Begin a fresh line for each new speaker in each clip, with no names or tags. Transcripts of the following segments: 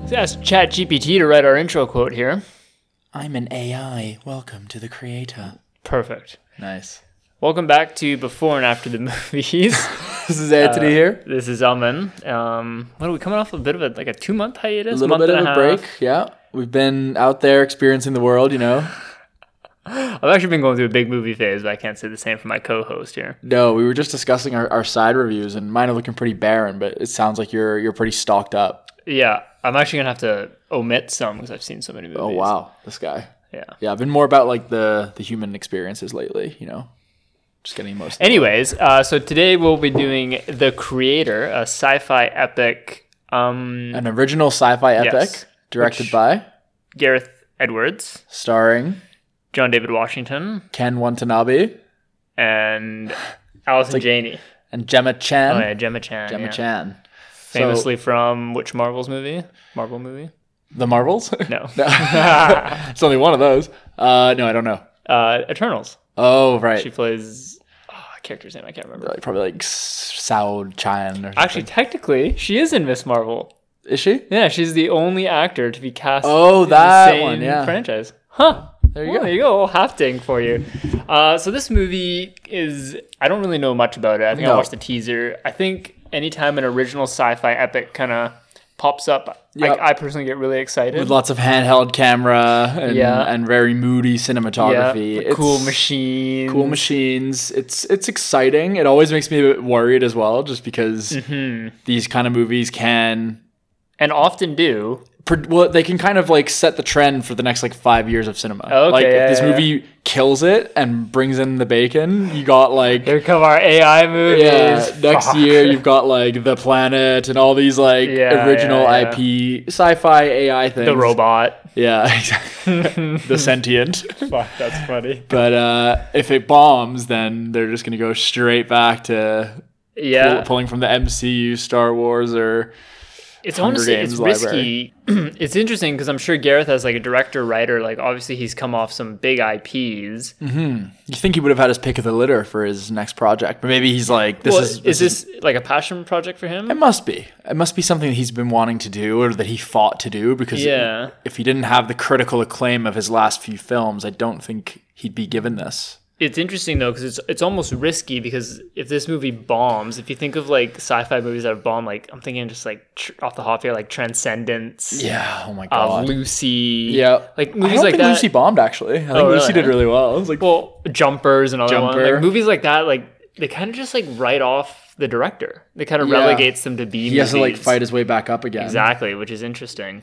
Let's ask ChatGPT to write our intro quote here.
I'm an AI. Welcome to the creator.
Perfect.
Nice.
Welcome back to Before and After the Movies.
This is
Uh,
Anthony here.
this is Amen. Um, what are we coming off a bit of a like a two month hiatus?
A little
month
bit of
and
a
half?
break. Yeah. We've been out there experiencing the world, you know.
I've actually been going through a big movie phase, but I can't say the same for my co-host here.
No, we were just discussing our, our side reviews and mine are looking pretty barren, but it sounds like you're you're pretty stocked up.
Yeah, I'm actually gonna have to omit some because I've seen so many movies.
Oh wow, this guy.
Yeah.
Yeah, I've been more about like the the human experiences lately, you know. Just getting most
Anyways, uh, so today we'll be doing The Creator, a sci-fi epic. Um,
an original sci-fi epic
Yes.
directed
Which-
by
Gareth Edwards,
starring
John David Washington,
Ken Watanabe
and Allison Janney.
and Gemma Chan.
Oh yeah, Gemma Chan.
Gemma
yeah.
Chan. So-
famously from which Marvel's movie? Marvel movie?
The Marvels?
No,
it's only one of those. Uh, no, I don't know.
uh, Eternals.
Oh, right. Uh,
She plays oh, a character's name. I can't remember.
Like, probably like Sao Chan or something.
Actually, technically, she is in Miss Marvel.
is she?
Yeah, she's the only actor to be cast.
Oh,
in the
that
same
one, yeah.
franchise. Huh. There
you
you
go.
go. There you go. Half ding for you. Uh, so this movie is. I don't really know much about it. I think
No.
I watched the teaser. I think anytime an original sci-fi epic kind of pops up,
Yep.
I, I personally get really excited.
With lots of handheld camera and,
Yeah.
and very moody
yeah,
cinematography.
the cool
It's-
machine.
Cool machines. It's it's exciting. It always makes me a bit worried as well, just because
Mm-hmm.
these kind of movies can,
and often do.
pr- well, they can kind of like set the trend for the next like five years of cinema.
Okay,
like if
yeah,
this
yeah, yeah.
movie kills it and brings in the bacon, you got like
Here come our AI movies.
Yeah, next
Fuck.
year you've got like the planet and all these like
Yeah,
original
yeah, yeah.
IP sci-fi AI things.
the robot.
yeah, exactly. the sentient.
Fuck, that's funny.
But uh, if it bombs, then they're just gonna go straight back to pull-
Yeah,
pulling from the MCU, Star Wars, or
it's
Hunger
honestly
Games
it's risky. it's interesting because I'm sure Gareth as like a director writer, like obviously he's come off some big IPs.
you think he would have had his pick of the litter for his next project? But maybe he's like, this
Well,
is
is, this like a passion project for him?
It must be. It must be something that he's been wanting to do or that he fought to do because
Yeah.
if he didn't have the critical acclaim of his last few films, I don't think he'd be given this.
It's interesting though because it's it's almost risky because if this movie bombs, if you think of like sci-fi movies that have bombed, like I'm thinking just like tr- off the hop here, like Transcendence,
Yeah. Oh my
uh,
god.
Lucy,
yeah.
like
I
movies
don't
like
think
that. Oh,
Lucy bombed actually. I think
really?
Lucy did really well. I was like,
well, Jumpers and other one.
Jumper.
Like movies like that, like they kind of just like write off the director. They kind of
Yeah.
relegates them to B
he has to like
movies.
fight his way back up again.
exactly, which is interesting.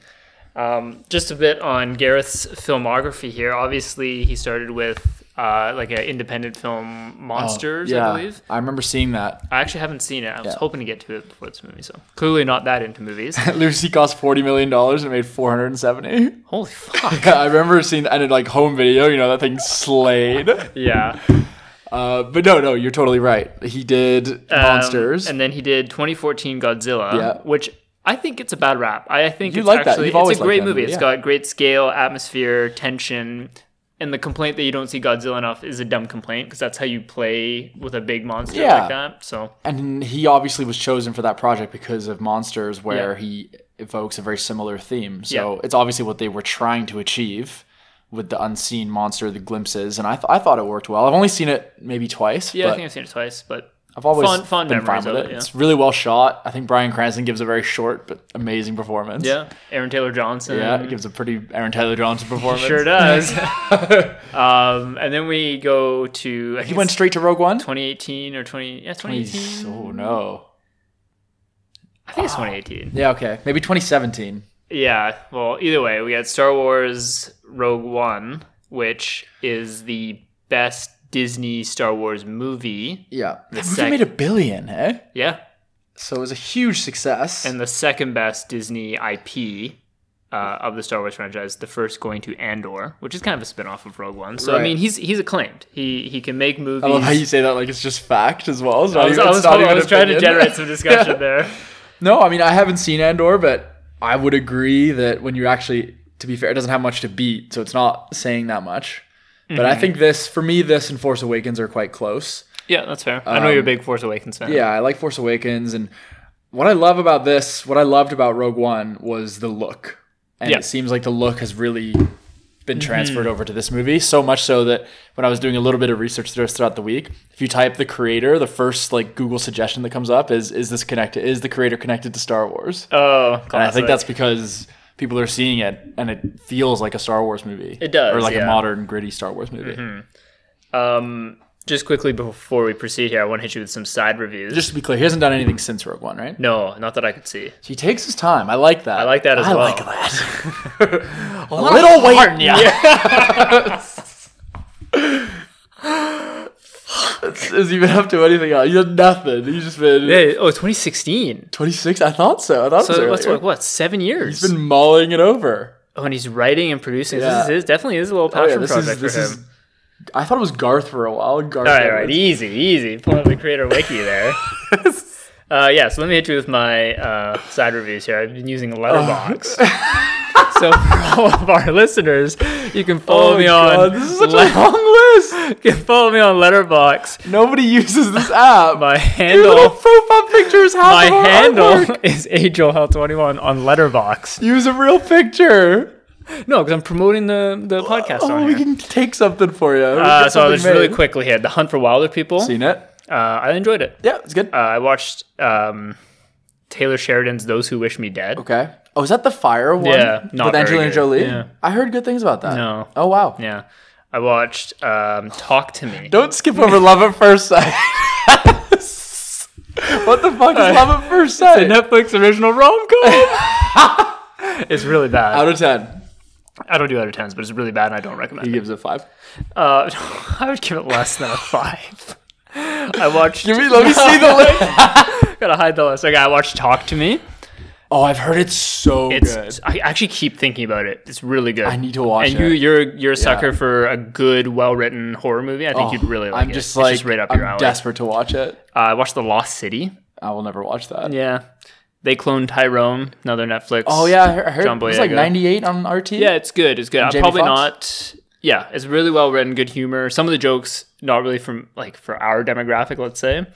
Um, just a bit on Gareth's filmography here. Obviously, he started with uh, like an independent film, Monsters,
Oh, Yeah.
I believe.
I remember seeing that.
I actually haven't seen it. I was hoping to get to it before this movie, so clearly not that into movies.
Lucy cost forty million dollars and made four hundred and seventy.
Holy fuck!
I remember seeing that in like home video, you know, that thing slayed.
Yeah,
Uh, but no, no, you're totally right. He did
Um,
Monsters.
and then he did 2014 Godzilla,
Yeah.
which I think it's a bad rap. I think
You
it's
like that.
actually
You've always
it's a great
liked that
movie.
movie,
It's
yeah.
got great scale, atmosphere, tension. And the complaint that you don't see Godzilla enough is a dumb complaint because that's how you play with a big monster
Yeah.
like that. So
and he obviously was chosen for that project because of monsters where he evokes a very similar theme so
Yeah.
it's obviously what they were trying to achieve with the unseen monster the glimpses and i, th- I thought it worked well i've only seen it maybe twice
yeah,
but
I think I've seen it twice, but
i've always
fond- fond
been fine
memories
with
of
it,
it, yeah.
it's really well shot i think brian cranston gives a very short but amazing performance
yeah, Aaron Taylor Johnson.
yeah it gives a pretty aaron taylor johnson performance
sure does. um, and then we go to I think
he went
it's
straight to rogue one
2018 or 20 yeah 2018.
He's- oh no
I think it's 2018.
yeah okay maybe 2017
Yeah, well, either way, we got Star Wars Rogue One, which is the best Disney Star Wars movie.
yeah the movie
sec-
made a billion eh
Yeah,
so it was a huge success
and the second best Disney IP uh, of the Star Wars franchise. The first going to Andor, which is kind of a spin-off of Rogue One. So
Right.
I mean, he's he's acclaimed. He he can make movies.
I love how you say that like it's just fact as well. It's
I
not
was,
even-
I
it's
was-
not
I
even
was trying to
opinion.
generate some discussion there.
no, I mean I haven't seen Andor, but I would agree that when you actually, to be fair, it doesn't have much to beat, so it's not saying that much. But I think this, for me, this and Force Awakens are quite close.
Yeah, that's fair. I know you're a big Force Awakens fan.
Um, Yeah, I like Force Awakens, and what I love about this, what I loved about Rogue One was the look. and
Yeah. Mm-hmm.
it seems like the look has really been transferred over to this movie so much so that when i was doing a little bit of research just throughout the week if you type the creator the first like google suggestion that comes up is is this connected is the creator connected to star wars
Oh,
and i think
classic.
that's because people are seeing it and it feels like a star wars movie
It does,
or like
yeah. Mm-hmm.
a modern gritty star wars movie
Um, just quickly before we proceed here, I want to hit you with some side reviews.
just to be clear he hasn't done anything since rogue one right
no, not that I could see.
so he takes his time i like that i
like that as
i
well.
like that a, little weight in ya. Has he been up to anything else? He did nothing. He's just been
Hey, oh, 2016.
26. I thought so. I thought so.
So
it was
what's
earlier.
like what seven years?
He's been mulling it over.
oh, and he's writing and producing.
Yeah.
This is his, definitely is a little
Oh, yeah,
passion
this
project
is this
for him.
is. I thought it was Garth for a while. Garth.
all right, all right,
Edwards.
easy, easy. Pull up the creator wiki there. Uh, yeah, so let me hit you with my uh, side reviews here. I've been using Letterbox. so for all of our listeners, you can follow
Uh-huh. Oh
me
my
on
God, this is such
Le-
a long list.
you can follow me on Letterbox.
Nobody uses this app.
My
Your little
handle,
profile picture is half
my
of our
handle
artwork.
is AjoelHealth21 on Letterbox.
Use a real picture.
No, because I'm promoting the, the podcast
Oh,
on
we
here.
can take something for you.
uh, so I was really quickly here. The Hunt for Wilder People. Uh,
Seen it?
I enjoyed it.
Yeah, it's good.
Uh, I watched um, Taylor Sheridan's "Those Who Wish Me Dead."
Okay. Oh, is that the fire one?
Yeah, not
with
very
Angelina
good.
Jolie.
Yeah.
I heard good things about that.
No.
Oh wow.
Yeah, I watched um, "Talk to Me."
Don't skip over Love at First Sight. what the fuck is Love at First Sight?
Netflix original rom com. it's really bad.
Out of ten,
I don't do out of tens, but it's really bad, and I don't recommend.
he
it.
gives it five.
Uh, I would give it less than a five. I watched.
Give me, let me see the list.
Gotta hide the list. Okay, I watched "Talk to Me."
Oh, I've heard it's so
It's.
good.
I actually keep thinking about it. It's really good.
I need to watch
and
it.
you, you're you're a sucker for a good, well written horror movie. I think
Oh,
you'd really like
I'm
it.
just
It's
like
just right up
I'm
your alley.
desperate to watch it.
Uh, I watched The Lost City.
I will never watch that.
Yeah. They cloned Tyrone, another Netflix.
Oh yeah, I heard, I heard
John
it was like
Boyega.
98 on RT.
Yeah, it's good. It's good. I'm
Jamie
probably
Foxx?
not. Yeah, it's really well written, good humor. Some of the jokes not really from like for our demographic, let's say.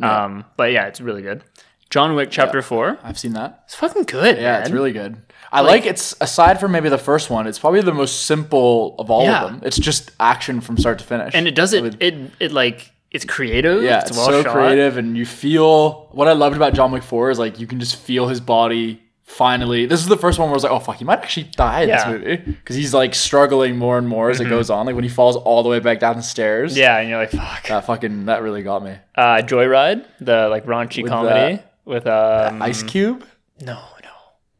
Um, but yeah, it's really good. John Wick Chapter Four.
I've seen that.
It's fucking good.
Yeah, it's really good. I like, it's aside from maybe the first one, it's probably the most simple of all
Yeah.
of them. It's just action from start to finish.
and it does it.
with-
it it like it's creative.
Yeah,
it's,
it's,
well
so
shot.
creative, and you feel what I loved about John Wick Four is like you can just feel his body. Finally, this is the first one where I was like, "Oh fuck, he might actually die in
Yeah. Mm-hmm.
this movie," because he's like struggling more and more as it goes on. Like when he falls all the way back down the stairs.
Yeah, and you're like fuck.
that fucking that really got me.
Uh, Joyride, the like raunchy comedy with um
Ice Cube,
no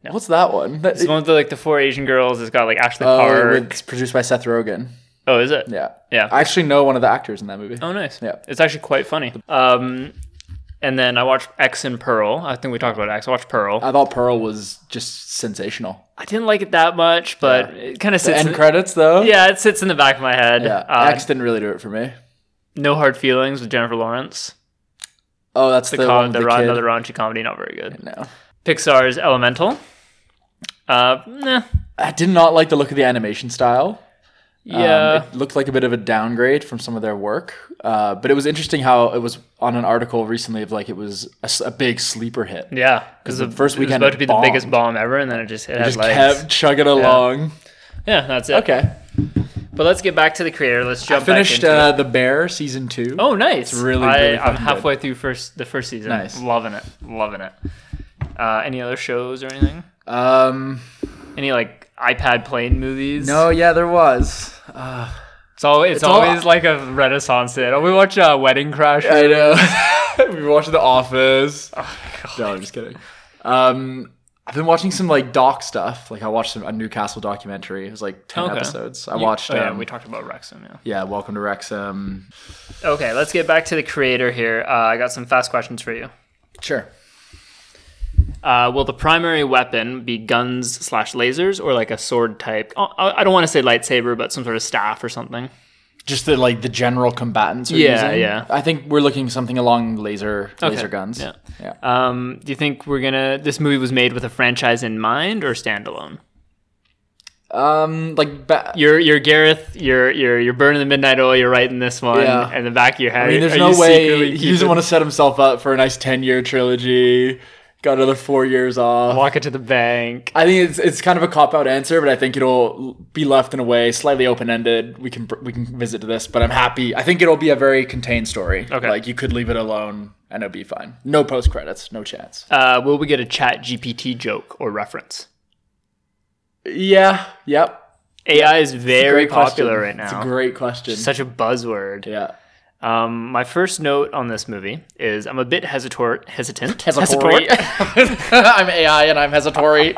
no.
what's that one? That,
It's one with the, like the four Asian girls. It's got like Ashley
Oh,
Park.
it's produced by Seth Rogen.
Oh, is it?
Yeah,
Yeah.
I actually know one of the actors in that movie.
Oh, nice.
Yeah.
It's actually quite funny. Um, and then I watched X and Pearl. I think we talked about X. I watched Pearl.
I thought Pearl was just sensational.
I didn't like it that much, but it kind of sits.
End
in,
credits though.
yeah, it sits in the back of my head.
yeah.
Uh,
X didn't really do it for me.
no hard feelings with Jennifer Lawrence.
Oh, that's the,
The,
one
com-
with
the,
the
ra-
kid.
another raunchy comedy, not very good.
No.
Pixar's Elemental. Uh,
Um,
nah,
I did not like the look of the animation style. Um,
yeah.
it looked like a bit of a downgrade from some of their work. Uh, but it was interesting how it was on an article recently of like it was a, s- a big sleeper hit. It
yeah, because
the first
it was
weekend
about to be the
bombed.
biggest bomb ever, and then it just it, had
just
legs.
kept chugging along.
Yeah, that's it.
Okay.
but let's get back to the creator. Let's jump. back
Finished
into it.
uh, The Bear season two.
Oh, nice!
really,
I,
really
I'm
fucking
halfway through first the first season.
Nice.
loving it, loving it. Uh, any other shows or anything?
Um,
Any like iPad plane movies?
no, yeah, there was.
it's, al- it's,
all-
always like a renaissance hit. Oh, we watch uh, Wedding Crash.
I know. we were watching The Office.
Oh,
no, I'm just kidding. Um, I've been watching some like doc stuff. Like I watched some, a Newcastle documentary. It was like ten
Okay.
episodes. I watched.
Oh, yeah,
um,
we talked about Rexham. Yeah.
yeah, Welcome to Wrexham.
Okay, let's get back to the creator here. Uh, I got some fast questions for you.
Sure.
Uh, will the primary weapon be guns slash lasers or like a sword type? Oh, I I don't want to say lightsaber, but some sort of staff or something.
Just the like the general combatants. Are
Yeah,
using.
yeah.
I think we're looking something along laser laser guns.
yeah.
yeah.
Um, do you think we're gonna? This movie was made with a franchise in mind or standalone?
Um, like ba-
You're you're Gareth. You're you're you're burning the midnight oil. You're writing this one
Yeah.
in the back of your head.
I mean, there's
Are
no
you
way
secretly
he doesn't
keeping-
want to set himself up for a nice ten year trilogy. Got another four years off.
Walk it to the bank.
I think it's it's kind of a cop out answer, but I think it'll be left in a way slightly open ended. We can we can visit to this, but I'm happy. I think it'll be a very contained story.
Okay.
like you could leave it alone and it'll be fine. No post credits, no chance.
Uh, will we get a Chat GPT joke or reference?
Yeah, yep.
AI is very
Great question.
popular right
It's a
now.
great question.
Such a buzzword.
yeah.
Um, my first note on this movie is I'm a bit hesitor- hesitant.
Hesatory. I'm AI and I'm hesatory.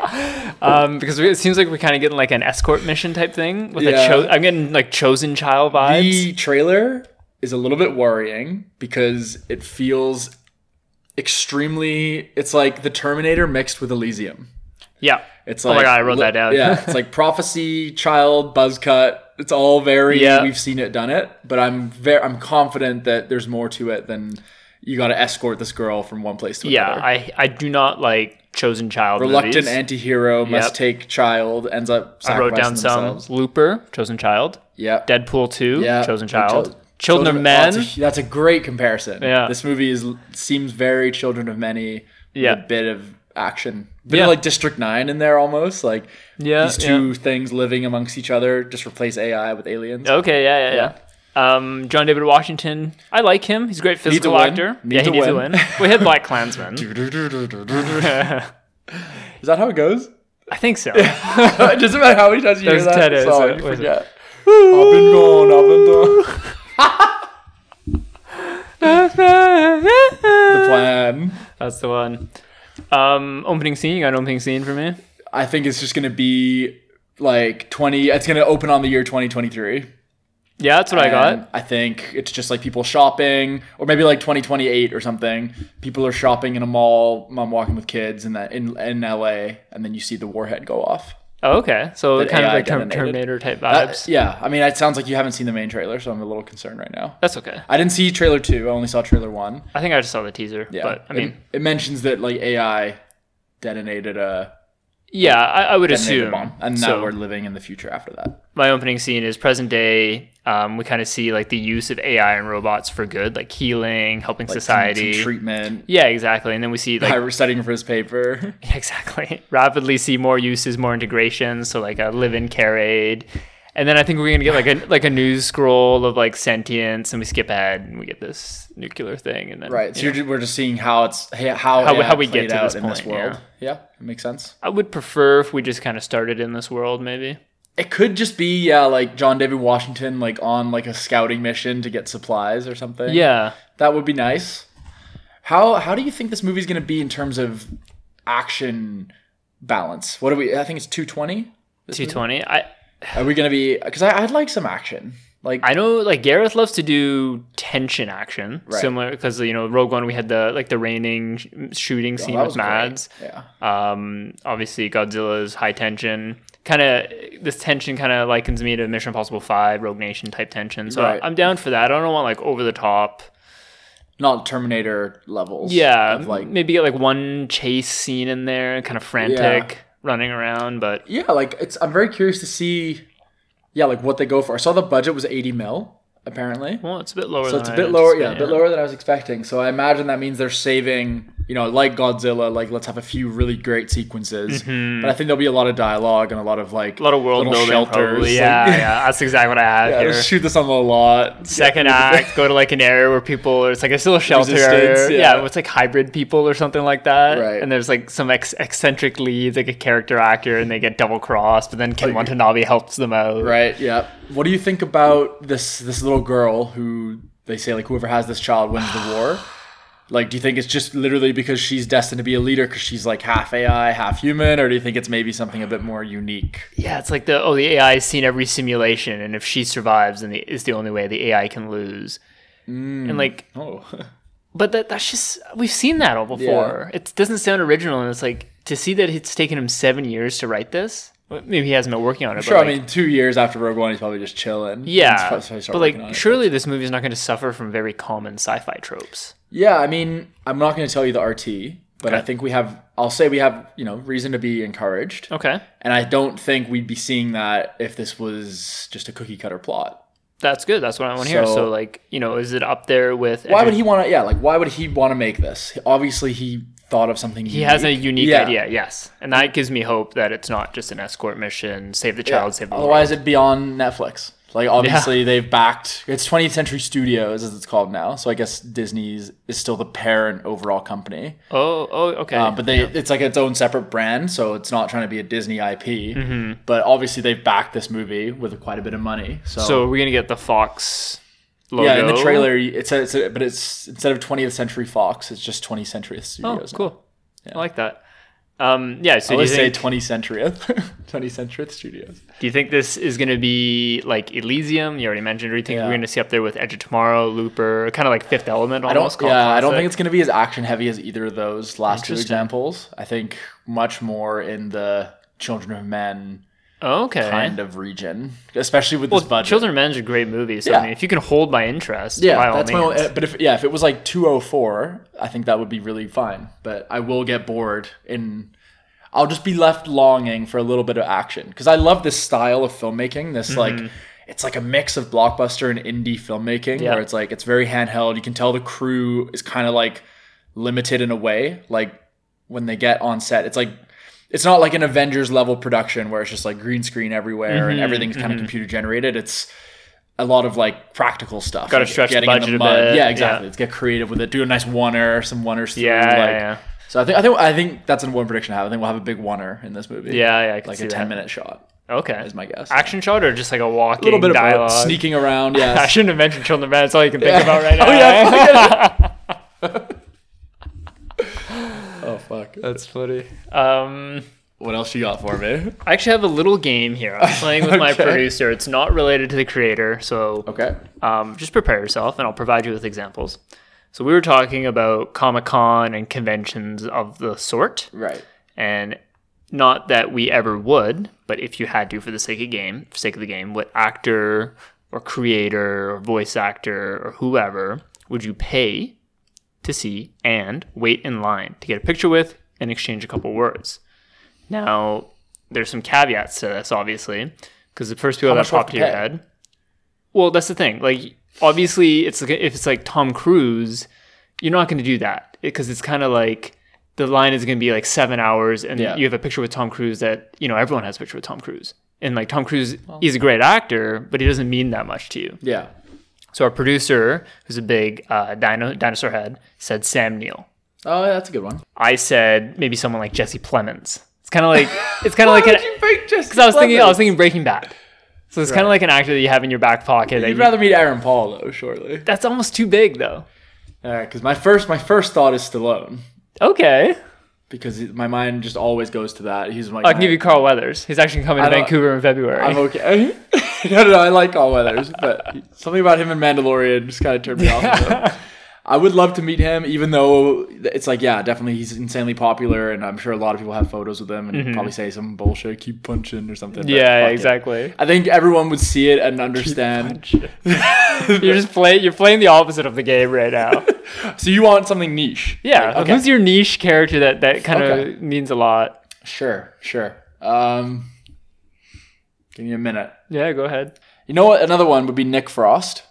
um, because we, it seems like we're kind of getting like an escort mission type thing with a
Yeah.
cho- I'm getting like chosen child vibes.
The trailer is a little bit worrying because it feels extremely. It's like the Terminator mixed with Elysium.
yeah.
It's
Oh my
like
God, I wrote that down.
Yeah, it's like prophecy, child, buzz cut. It's all very
Yeah.
we've seen it, done it. But I'm very I'm confident that there's more to it than you got to escort this girl from one place to
yeah.
another.
I I do not like chosen child.
Reluctant
movies.
anti-hero must
Yep.
take child ends up.
I wrote down
sacrificing themselves.
some Looper, chosen child.
Yeah,
Deadpool two,
Yeah.
chosen
Chil-
child. Children, of
oh,
Men.
That's a, that's a great comparison.
Yeah.
This movie is seems very Children of Many.
Yeah.
With a bit of action. Bit
Yeah.
of like District Nine in there almost. Like
Yeah,
these two things living amongst each other. Just replace AI with aliens.
Okay, yeah, yeah, yeah. Um, John David Washington, I like him. He's a great physical
win.
actor.
Need
yeah, he
to
needs to
win.
win. We had Black Klansman.
is
I
that how it goes?
think so.
Just about how many times you hear
There's
that
Ted is,
song,
uh,
you
what is it?
forget. I've been gone, I've been gone. The plan.
That's the one. Um, opening scene. You got an opening scene for me?
I think it's just gonna be like twenty. It's gonna open on the year twenty twenty three.
Yeah, that's what I
And
got.
I think it's just like people shopping, or maybe like 2028 or something. People are shopping in a mall. Mom walking with kids, and that in in LA, and then you see the warhead go off.
Oh, okay, so kind of
AI
like Term-
detonated.
Terminator type
That-
vibes.
Uh, yeah, I mean, it sounds like you haven't seen the main trailer, so I'm a little concerned right now.
That's okay.
I didn't see trailer two. I only saw trailer one.
I think I just saw the teaser,
Yeah,
but I
It-
mean,
it, mentions that like AI detonated a
yeah, I, I would
detonated
assume.
bomb, and now
so-
we're living in the future after that.
my opening scene is present day. Um, we kind of see like the use of AI and robots for good, like healing, helping
Like, some-
society.
some treatment.
yeah, exactly. And then we see like
I was studying for his paper.
exactly rapidly see more uses, more integrations. So like a live-in care aid, and then I think we're gonna get like a like a news scroll of like sentience, and we skip ahead and we get this nuclear thing, and then
Right. So
you know.
you're, ju- we're just seeing how it's how how,
we-
it
how we get
played
to
out
this
in this
point,
world. Yeah. it makes sense.
I would prefer if we just kind of started in this world, maybe.
It could just be yeah, like John David Washington, like on like a scouting mission to get supplies or something.
Yeah.
that would be nice. How how do you think this movie's gonna be in terms of action balance? What do we? I think it's two twenty.
220. I
Are we gonna be? Because I'd like some action. Like
I know like Gareth loves to do tension action,
Right.
similar because you know Rogue One we had the like the raining sh- shooting scene
that
with
was great.
Mads.
Yeah.
Um, obviously Godzilla's high tension. Kind of this tension kind of likens me to Mission Impossible Five, Rogue Nation type tension. So
Right.
I'm down for that. I don't want like over the top.
Not Terminator levels.
Yeah,
of, like
maybe get like one chase scene in there, kind of frantic running around. But
yeah like it's i'm very curious to see yeah like what they go for i saw the budget was 80 mil apparently
well, it's a bit lower.
so
than
it's a
I
bit lower yeah a
anticipated,
bit lower than i was expecting so i imagine that means they're saving you know like godzilla like let's have a few really great sequences but i think there'll be a lot of dialogue and a lot of like
Mm-hmm. A lot of world
little
building,
shelters
probably.
like-
Yeah, yeah, that's exactly what I had
yeah,
here.
let's shoot this on the lot
second act, go to like an area where people, it's like a little shelter
Resistance,
area.
yeah.
Yeah. it's like hybrid people or something like that.
Right.
And there's like some ex- eccentric leads, like a character actor, and they get double crossed, but then Ken Watanabe helps them out.
right yeah what do you think about this this little girl who they say like whoever has this child wins the war like do you think it's just literally because she's destined to be a leader because she's like half ai half human or do you think it's maybe something a bit more unique
Yeah, it's like the, oh, the AI has seen every simulation, and if she survives, then the, it's the only way the AI can lose. And like,
oh
but that that's just, we've seen that all before. It doesn't sound original, and it's like, to see that it's taken him seven years to write this, maybe he hasn't been working on it.
sure
but like,
i mean two years after rogue one he's probably just chilling He's
Yeah,
probably started
but
working on
like,
it.
surely this movie is not going to suffer from very common sci-fi tropes.
yeah i mean i'm not going to tell you the rt but i
Okay.
think we have i'll say we have you know reason to be encouraged
Okay,
and i don't think we'd be seeing that if this was just a cookie cutter plot
that's good. That's what I want to hear.
So-
So, like, you know, is it up there with?
why would he want to yeah like why would he want to make this obviously he thought of something.
He has a unique
Yeah.
idea, yes, and that gives me hope that it's not just an escort mission, save the child, save the
Otherwise, it'd be on Netflix. Like obviously, they've backed. It's 20th Century Studios as it's called now. So I guess Disney's is still the parent overall company.
world. Oh, oh, okay.
Uh, but they it's like its own separate brand, so it's not trying to be a Disney IP.
Mm-hmm.
But obviously, they've backed this movie with quite a bit of money. So,
so are we gonna get the Fox logo?
yeah, in the trailer, it's a, it's a, but it's instead of 20th Century Fox, it's just 20th Century
Oh,
Studios. now.
cool. I like that. Um, yeah. So
I
do you
always say
think
20th Centurieth, 20th Centurieth Studios.
do you think this is gonna be like Elysium? You already mentioned. Or do you think
Yeah.
we're gonna see up there with Edge of Tomorrow, Looper, kind of like Fifth Element
I don't,
almost?
yeah,
cult
I don't
classic?
think it's going to be as action heavy as either of those last two
Interesting.
examples. I think much more in the Children of Men
Oh, okay.
kind of region, especially with
Well,
this budget.
Children of Men is a great movie, so I
Yeah.
mean, if you can hold my interest,
yeah,
by all
that's my.
means.
Only, uh, but if yeah, if it was like 204, I think that would be really fine. But I will get bored and I'll just be left longing for a little bit of action because I love this style of filmmaking. This
Mm-hmm.
like. It's like a mix of blockbuster and indie filmmaking
Yeah.
where it's like it's very handheld. You can tell the crew is kind of like limited in a way. Like when they get on set, it's like it's not like an Avengers level production where it's just like green screen everywhere
Mm-hmm,
and everything's kind of computer generated. It's a lot of like practical stuff.
Gotta
like
stretch the
getting in
budget a
the mud.
bit,
Yeah, exactly.
yeah.
Let's get creative with it. Do a nice oneer, some oneers. Through,
yeah,
like.
yeah, yeah.
So I think I think I think that's a one prediction I have. I think we'll have a big oneer in this movie.
Yeah, yeah, I can
like
see
a
that.
ten minute shot
Okay.
is my guess.
Action shot or just like a walking
a little bit of
dialogue?
both. sneaking around.
I
Yeah.
shouldn't have mentioned Children of Men. That's all you can think about right now.
oh yeah.
eh?
oh fuck.
That's funny. Um,
What else you got for me?
I actually have a little game here. I'm playing with my
Okay.
producer. It's not related to the creator, so
Okay.
um, just prepare yourself, and I'll provide you with examples. So we were talking about Comic Con and conventions of the sort,
Right.
and not that we ever would, but if you had to for the sake of game, for sake of the game, what actor or creator or voice actor or whoever would you pay to see and wait in line to get a picture with and exchange a couple words? Now, there's some caveats to this, obviously, because the first people that
much do I
pop
have to
to your
pay?
head. Well, that's the thing. Like, obviously, it's like if it's like Tom Cruise, you're not going to do that because it's kind of like the line is going to be like seven hours, and
Yeah.
you have a picture with Tom Cruise that you know everyone has a picture with Tom Cruise, and like Tom Cruise, he's a great actor, but he doesn't mean that much to you.
Yeah.
So our producer, who's a big uh, dino, dinosaur head, said Sam Neill.
Oh, yeah, that's a good one.
I said maybe someone like Jesse Plemons. It's kind of like it's kind of like an,
Because
because I was thinking I was thinking Breaking Bad. So it's kind of like an actor that you have in your back pocket. That
You'd
you,
rather meet Aaron Paul though, surely.
that's almost too big though.
Because my first my first thought is Stallone
Okay,
because my mind just always goes to that. He's like
I can
my-
give you Carl Weathers. He's actually coming to
I don't-
Vancouver in February.
I'm okay. no, no, no, I like all weathers, but something about him and Mandalorian just kind of turned me off. a bit. I would love to meet him, even though it's like, yeah, definitely he's insanely popular, and I'm sure a lot of people have photos with him, and he'd probably say some bullshit, keep punching or something. but
Mm-hmm. yeah,
fuck it.
exactly.
I think everyone would see it and understand.
You're just play. You're playing the opposite of the game right now.
So you want something niche?
Yeah.
Like, okay.
Who's your niche character that that kind of
Okay.
means a lot?
Sure, sure. Um, give me a minute.
Yeah. Go ahead.
You know what? Another one would be Nick Frost.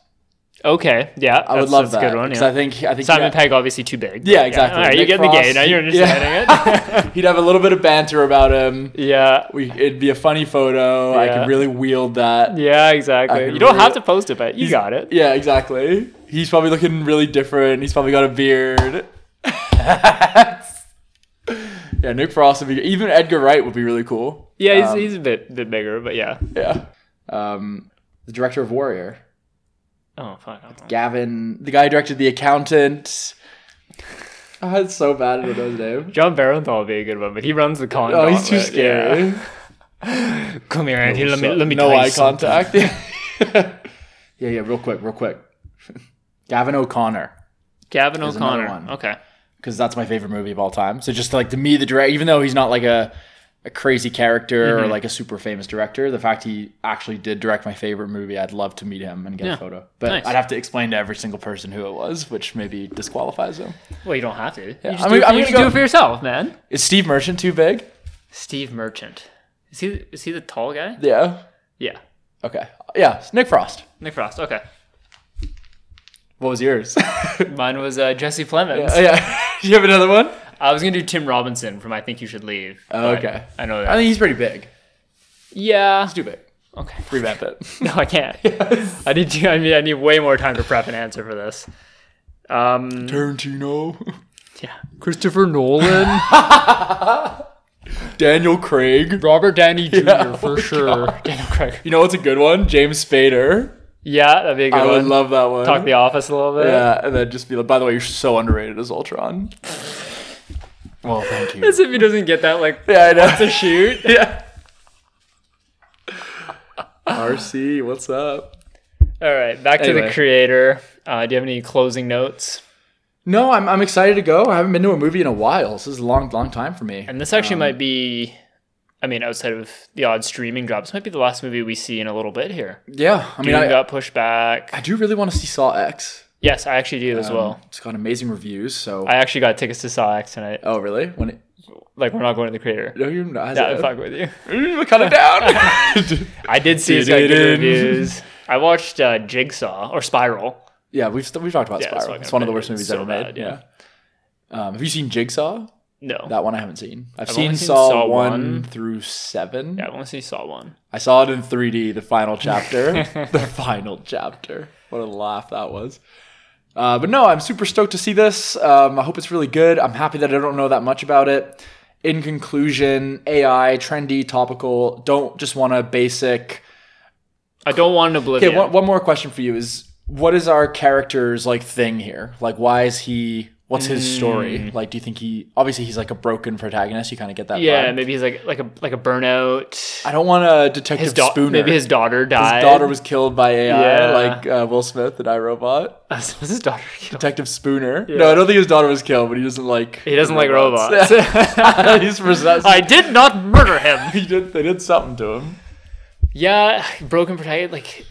Okay. Yeah.
I would love
that's
that.
A good one.
because
Yeah.
I think I think
Simon
yeah.
Pegg obviously too big.
Yeah, exactly.
All right, you
Nick
get the game
Frost,
now. You're
he- yeah.
understanding it.
He'd have a little bit of banter about him.
yeah.
We, it'd be a funny photo. I
Yeah.
could really wield that.
Yeah, exactly.
can
You don't
really-
have to post it, but you got it.
Yeah, exactly. He's probably looking really different. He's probably got a beard. yeah, Nick Frost would be even Edgar Wright would be really cool.
Yeah, he's,
Um,
he's a bit bit bigger, but yeah.
yeah. Um, the director of Warrior,
Oh fuck. I don't know.
Gavin, the guy who directed The Accountant. Oh, it's so bad. I don't know his name.
John Barenthal would be a good one, but he runs the con.
Oh, he's too
gauntlet, yeah.
scary.
Come here, Andy. Let me
So-
let me
no
tell you
eye
something.
contact. yeah, yeah, real quick, real quick. Gavin O'Connor,
Gavin
another
O'Connor.
one.
Okay.
because that's my favorite movie of all time. So just like to me, the director, even though he's not like a a crazy character
Mm-hmm.
or like a super famous director, the fact he actually did direct my favorite movie, I'd love to meet him and get
Yeah.
a photo. But
Nice.
I'd have to explain to every single person who it was, which maybe disqualifies him.
Well, you don't have to. You just
I'm
do,
gonna- I'm
you
gonna
just do
go-
it for yourself, man.
Is Steve Merchant too big?
Steve Merchant. Is he is he the tall guy?
Yeah.
Yeah.
Okay. Yeah, it's Nick Frost.
Nick Frost. Okay.
What was yours?
Mine was uh, Jesse Plemons.
yeah. Do you have another one?
I was gonna do Tim Robinson from I Think You Should Leave. but
Oh, okay.
I know
I
that.
think he's pretty big.
yeah.
He's too big.
Okay.
Revamp it.
No, I can't. I need. To, I mean, I need way more time to prep an answer for this. Um.
Tarantino.
Yeah. Christopher Nolan,
Daniel Craig.
Robert Downey Jr.
Yeah, oh
for sure. Daniel Craig.
You know what's a good one? James Spader.
Yeah, that'd be a good
I would
one.
love that one.
Talk The Office a little bit.
yeah, and then just be like, by the way, you're so underrated as Ultron. well, thank you.
As if he doesn't get that, like,
Yeah, I know.
to shoot.
yeah. RC, what's up?
All right, back to
Anyway.
the creator. Uh, do you have any closing notes?
No, I'm, I'm excited to go. I haven't been to a movie in a while. So this is a long, long time for me.
And this actually
Um,
might be, I mean, outside of the odd streaming drop, this might be the last movie we see in a little bit here.
yeah, I mean,
Dune
I,
got pushed back.
I do really want to see Saw X.
Yes, I actually do as
Um,
well.
it's got amazing reviews. So,
I actually got tickets to Saw X tonight.
oh really? When it,
Like, we're not going to the creator.
no, you're not.
Yeah, I fuck with you.
Mm, Cut it down.
I did see it's got good
Did it.
reviews. I watched uh, Jigsaw or Spiral.
yeah, we've st- we've talked about
Yeah, it's
Spiral.
fucking
It's one of the
amazing.
worst movies
It's so
ever made.
bad,
yeah.
yeah.
Um, have you seen Jigsaw?
No,
That one I haven't seen. I've,
only
seen,
seen
Saw,
Saw
1
1.
through 7.
yeah, I want to see Saw one.
I saw it in 3D, the final chapter. the final chapter. What a laugh that was. Uh, but no, I'm super stoked to see this. Um, I hope it's really good. I'm happy that I don't know that much about it. In conclusion, AI, trendy, topical. Don't just want a basic.
I don't want an Oblivion.
Okay, one, one more question for you is what is our character's like thing here? Like, why is he? What's his
Mm.
story? Like, do you think he? Obviously, he's like a broken protagonist. You kind of get that.
yeah,
vibe.
maybe he's like like a like a burnout.
I don't want a detective
His da-
Spooner.
maybe his daughter died.
His daughter was killed by AI,
Yeah.
like uh, Will Smith in iRobot.
was his daughter. killed?
Detective Spooner. No, I don't think his daughter was killed, but he doesn't like.
He doesn't like robots.
He's possessed.
I did not murder him.
he did, they did something to him.
yeah, broken protagonist. Like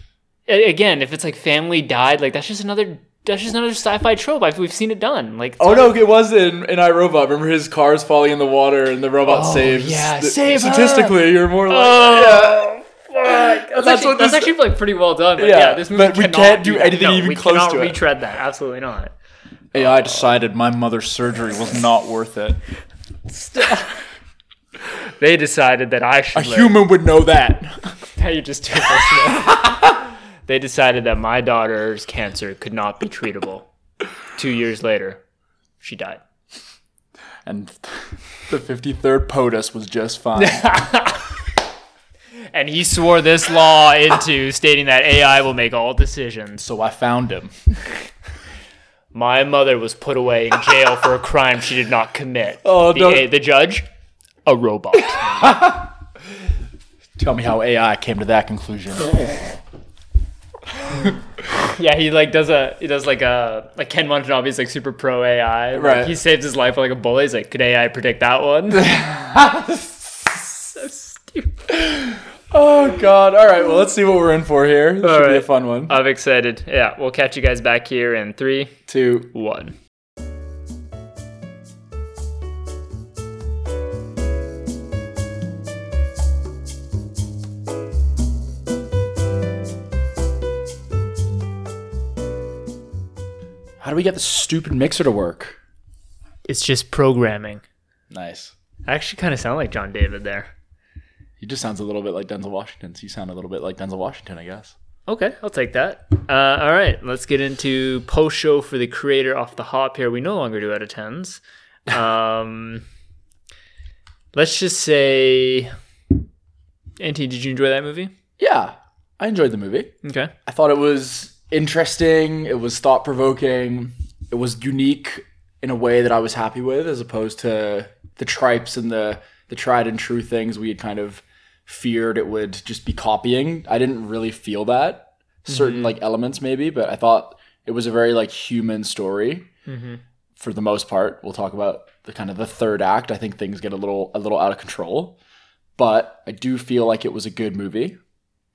a- again, if it's like family died, like that's just another that's just another sci-fi trope. I've, we've seen it done. Like
Oh no, it was in, in iRobot. Remember his car's falling in the water and the robot
Oh,
saves.
yeah,
the-
save her!
Statistically, you're more like.
Oh,
yeah. That's,
that's, actually,
what
that's
this.
actually like pretty well done. But
Yeah,
yeah, this movie
but we
cannot
can't do
be-
anything
no,
even
we
close
cannot
to it.
retread that. Absolutely not.
AI decided my mother's surgery was not worth it.
They decided that I should.
A human would know that.
Now you just took us there. They decided that my daughter's cancer could not be treatable. Two years later, she died.
And the 53rd POTUS was just fine.
And he swore this law into stating that AI will make all decisions.
so I found him.
My mother was put away in jail for a crime she did not commit.
Oh,
the,
no.
eh, the judge, a robot.
Tell me how AI came to that conclusion.
yeah, he like does a he does like a like Ken Watanabe is like super pro AI. Like,
Right.
He saves his life like a bully. He's like, could AI predict that one? so stupid.
oh God! All right, well let's see what we're in for here. This should be a
right.
fun one.
I'm excited. Yeah, we'll catch you guys back here in three,
Two.
one.
How do we get this stupid mixer to work?
It's just programming.
Nice.
I actually kind of sound like John David there.
He just sounds a little bit like Denzel Washington. So you sound a little bit like Denzel Washington, I guess.
Okay, I'll take that. Uh, all right, let's get into post show for the creator off the hop here. We no longer do out of tens. Um, let's just say, Auntie, did you enjoy that movie?
Yeah, I enjoyed the movie.
Okay.
I thought it was interesting. It was thought provoking. It was unique in a way that I was happy with, as opposed to the tripes and the the tried and true things we had kind of feared it would just be copying. I didn't really feel that certain like elements maybe, but I thought it was a very like human story for the most part. We'll talk about the kind of the third act. I think things get a little a little out of control, but I do feel like it was a good movie.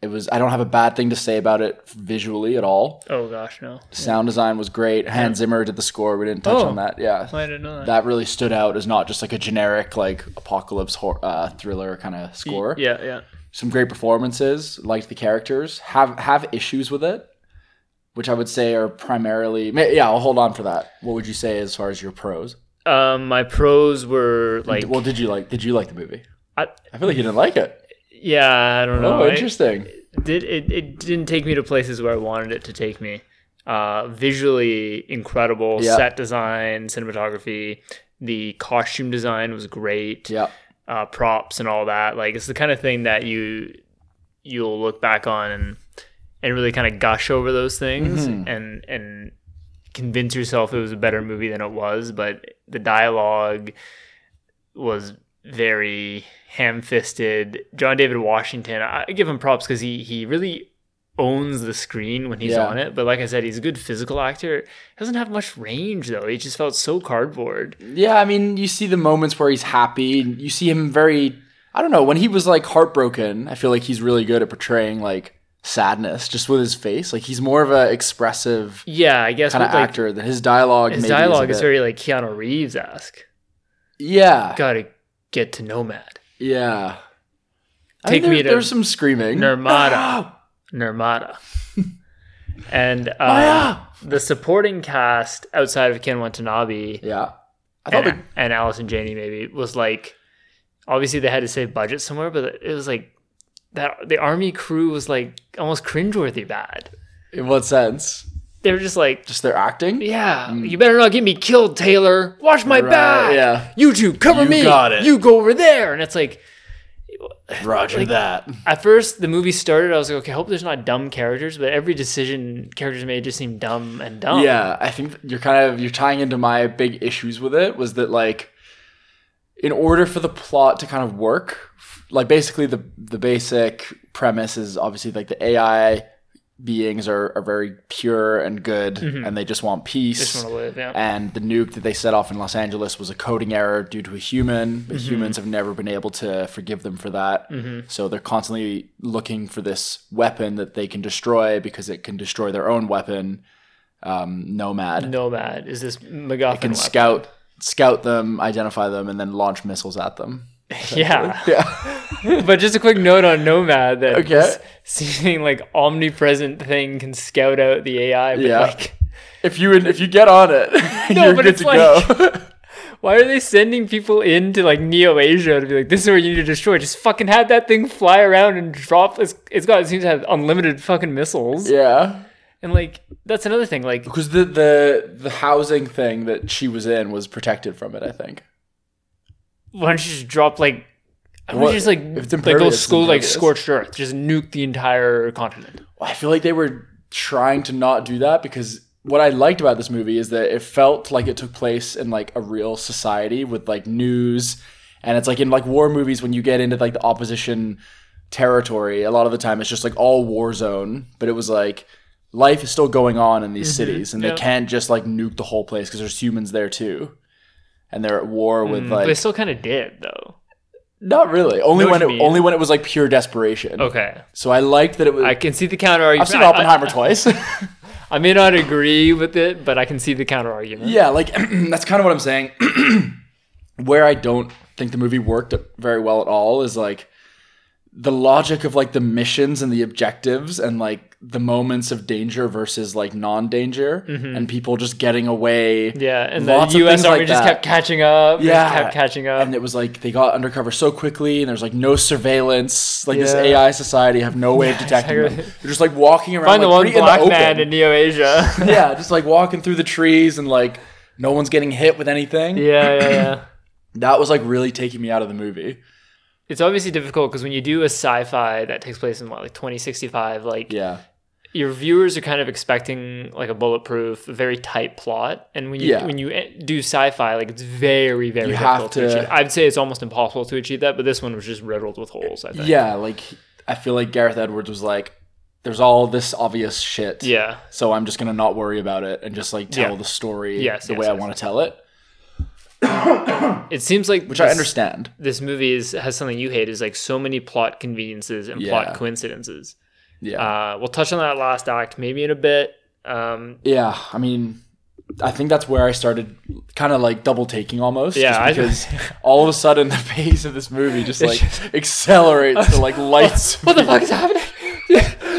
It was. I don't have a bad thing to say about it visually at all.
Oh gosh, no.
Sound design was great. Hans Zimmer did the score. We didn't touch
Oh.
on that. Yeah,
I didn't know that.
that really stood out as not just like a generic like apocalypse hor- uh, thriller kind of score.
Yeah, yeah.
Some great performances. Liked the characters. Have have issues with it, which I would say are primarily. ma- Yeah, I'll hold on for that. What would you say as far as your pros?
um, my pros were like,
well, did you like? Did you like the movie?
I,
I feel like you didn't like it.
yeah, I don't know.
oh
I-
interesting.
did it, it didn't take me to places where I wanted it to take me. Uh, visually incredible
Yeah.
set design, cinematography, the costume design was great.
Yeah.
Uh, props and all that. Like it's the kind of thing that you you'll look back on and and really kind of gush over those things and and convince yourself it was a better movie than it was. But the dialogue was very ham-fisted. John David Washington, I I give him props because he he really owns the screen when he's
Yeah.
on it. But like I said, he's a good physical actor. Doesn't have much range though. He just felt so cardboard.
Yeah, I mean, you see the moments where he's happy. and You see him very, I don't know, when he was like heartbroken, I feel like he's really good at portraying like sadness just with his face. Like he's more of a expressive
Yeah, I guess
kind of
with, like,
actor than his dialogue.
His
maybe
dialogue
a
is
bit-
very like Keanu Reeves esque.
Yeah.
Gotta get to Nomad.
Yeah.
Take me to-
There's some screaming.
Nirmada. Nirmada. and
Oh,
um,
Maya!
the supporting cast outside of Ken Watanabe
Yeah. I thought
and, and Allison Janney maybe was like obviously they had to save budget somewhere, but it was like that the army crew was like almost cringeworthy bad.
the- in what sense?
They were just like,
Just their acting?
yeah, you better not get me killed, Taylor. Watch my
Mm. Right,
back.
yeah.
You two, cover
You
me.
got it.
You go over there. And it's like,
Roger that.
at first the movie started, I was like, okay, I hope there's not dumb characters, but every decision characters made just seemed dumb and dumb.
Yeah, I think you're kind of you're tying into my big issues with it was that like in order for the plot to kind of work, like basically the the basic premise is obviously like the AI beings are, are very pure and good and they just want peace.
Just want to live. Yeah.
and the nuke that they set off in Los Angeles was a coding error due to a human.
Mm-hmm.
But humans have never been able to forgive them for that. So they're constantly looking for this weapon that they can destroy because it can destroy their own weapon. Um, Nomad
Nomad is this MacGuffin
can
weapon.
scout scout them, identify them, and then launch missiles at them.
Yeah.
Yeah,
but just a quick note on Nomad that
Okay.
this seeming like omnipresent thing can scout out the AI. But
Yeah.
like,
if you if you get on it,
No,
you're
but
good
it's
to
like-
go.
why are they sending people into like Neo Asia to be like, this is where you need to destroy? Just fucking have that thing fly around and drop. It's, it's got, it seems to have unlimited fucking missiles.
yeah.
And like, that's another thing. Like,
Because the, the the housing thing that she was in was protected from it, I think.
why don't you just drop like I
What-
would just like
if it's
like go
impervious, it's
school like
impervious.
scorched earth, just nuke the entire continent.
I feel like they were trying to not do that because what I liked about this movie is that it felt like it took place in like a real society with like news and it's like in like war movies when you get into like the opposition territory a lot of the time it's just like all war zone but it was like life is still going on in these
Mm-hmm.
cities and
yeah.
they can't just like nuke the whole place because there's humans there too and they're at war with
But they
like
still kind of did though.
not really only
know what
when
you
it
mean.
only when it was like pure desperation
Okay,
so I liked that it was
I can see the counter
I've
argument.
seen
I-
Oppenheimer twice
I, I may not agree with it, but I can see the counter argument.
Yeah, like that's kind of what I'm saying. Where I don't think the movie worked very well at all is like the logic of like the missions and the objectives and like the moments of danger versus like non-danger and people just getting away.
Mm-hmm. Yeah, and
Lots
the
of
U.S.
things
Army
like
just
that.
kept catching up. and
Yeah.
kept catching up.
And it was like they got undercover so quickly, and there's like no surveillance. Like this
Yeah.
AI society have no way of detecting
exactly.
them. They're just like walking around.
Find
like,
the one
pretty in
black
open.
man in Neo Asia.
yeah, just like walking through the trees and like no one's getting hit with anything.
yeah, yeah, yeah.
That was like really taking me out of the movie.
It's obviously difficult because when you do a sci-fi that takes place in what, like 2065, like
Yeah.
your viewers are kind of expecting like a bulletproof, very tight plot, and when you
Yeah.
when you eh, do sci-fi, like it's very very
You have
difficult to,
to-
achieve. I'd say it's almost impossible to achieve that, but this one was just riddled with holes. I think.
Yeah, like I feel like Gareth Edwards was like, there's all this obvious shit.
Yeah.
So I'm just gonna not worry about it and just like tell
Yeah.
the story
Yes,
the
yes,
way I
yes,
want to tell it.
It seems like
Which
this,
I understand.
This movie is has something you hate is like so many plot conveniences and
Yeah.
plot coincidences.
Yeah.
Uh, we'll touch on that last act maybe in a bit. Um,
yeah. I mean I think that's where I started kind of like double taking almost.
Yeah, I-
Just because all of a sudden the pace of this movie just like
just-
accelerates to like lights.
what the fuck is happening?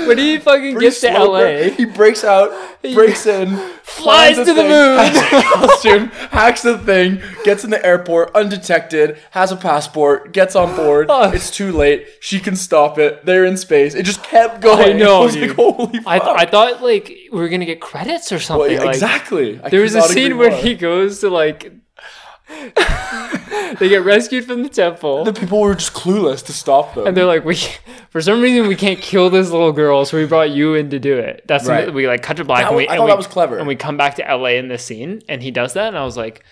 when he fucking gets to
Slow
LA,
burn. He breaks out, breaks in,
flies to the
thing,
moon.
has a costume, hacks the thing, gets in the airport undetected, has a passport, gets on board. it's too late. She can stop it. They're in space. It just kept going.
I know,
was
dude.
like, holy fuck.
I, th- I thought like we were gonna get credits or
Well,
something. like,
exactly. I
There was a
cannot
scene
agree
where
more.
he goes to like. they get rescued from the temple,
The people were just clueless to stop them.
and they're like, "We, for some reason, we can't kill this little girl, so we brought you in to do it." That's when
Right.
we like cut to black.
That
and
was-
we,
I
and
thought
we-
that was clever.
And we come back to LA in this scene, and he does that, and I was like,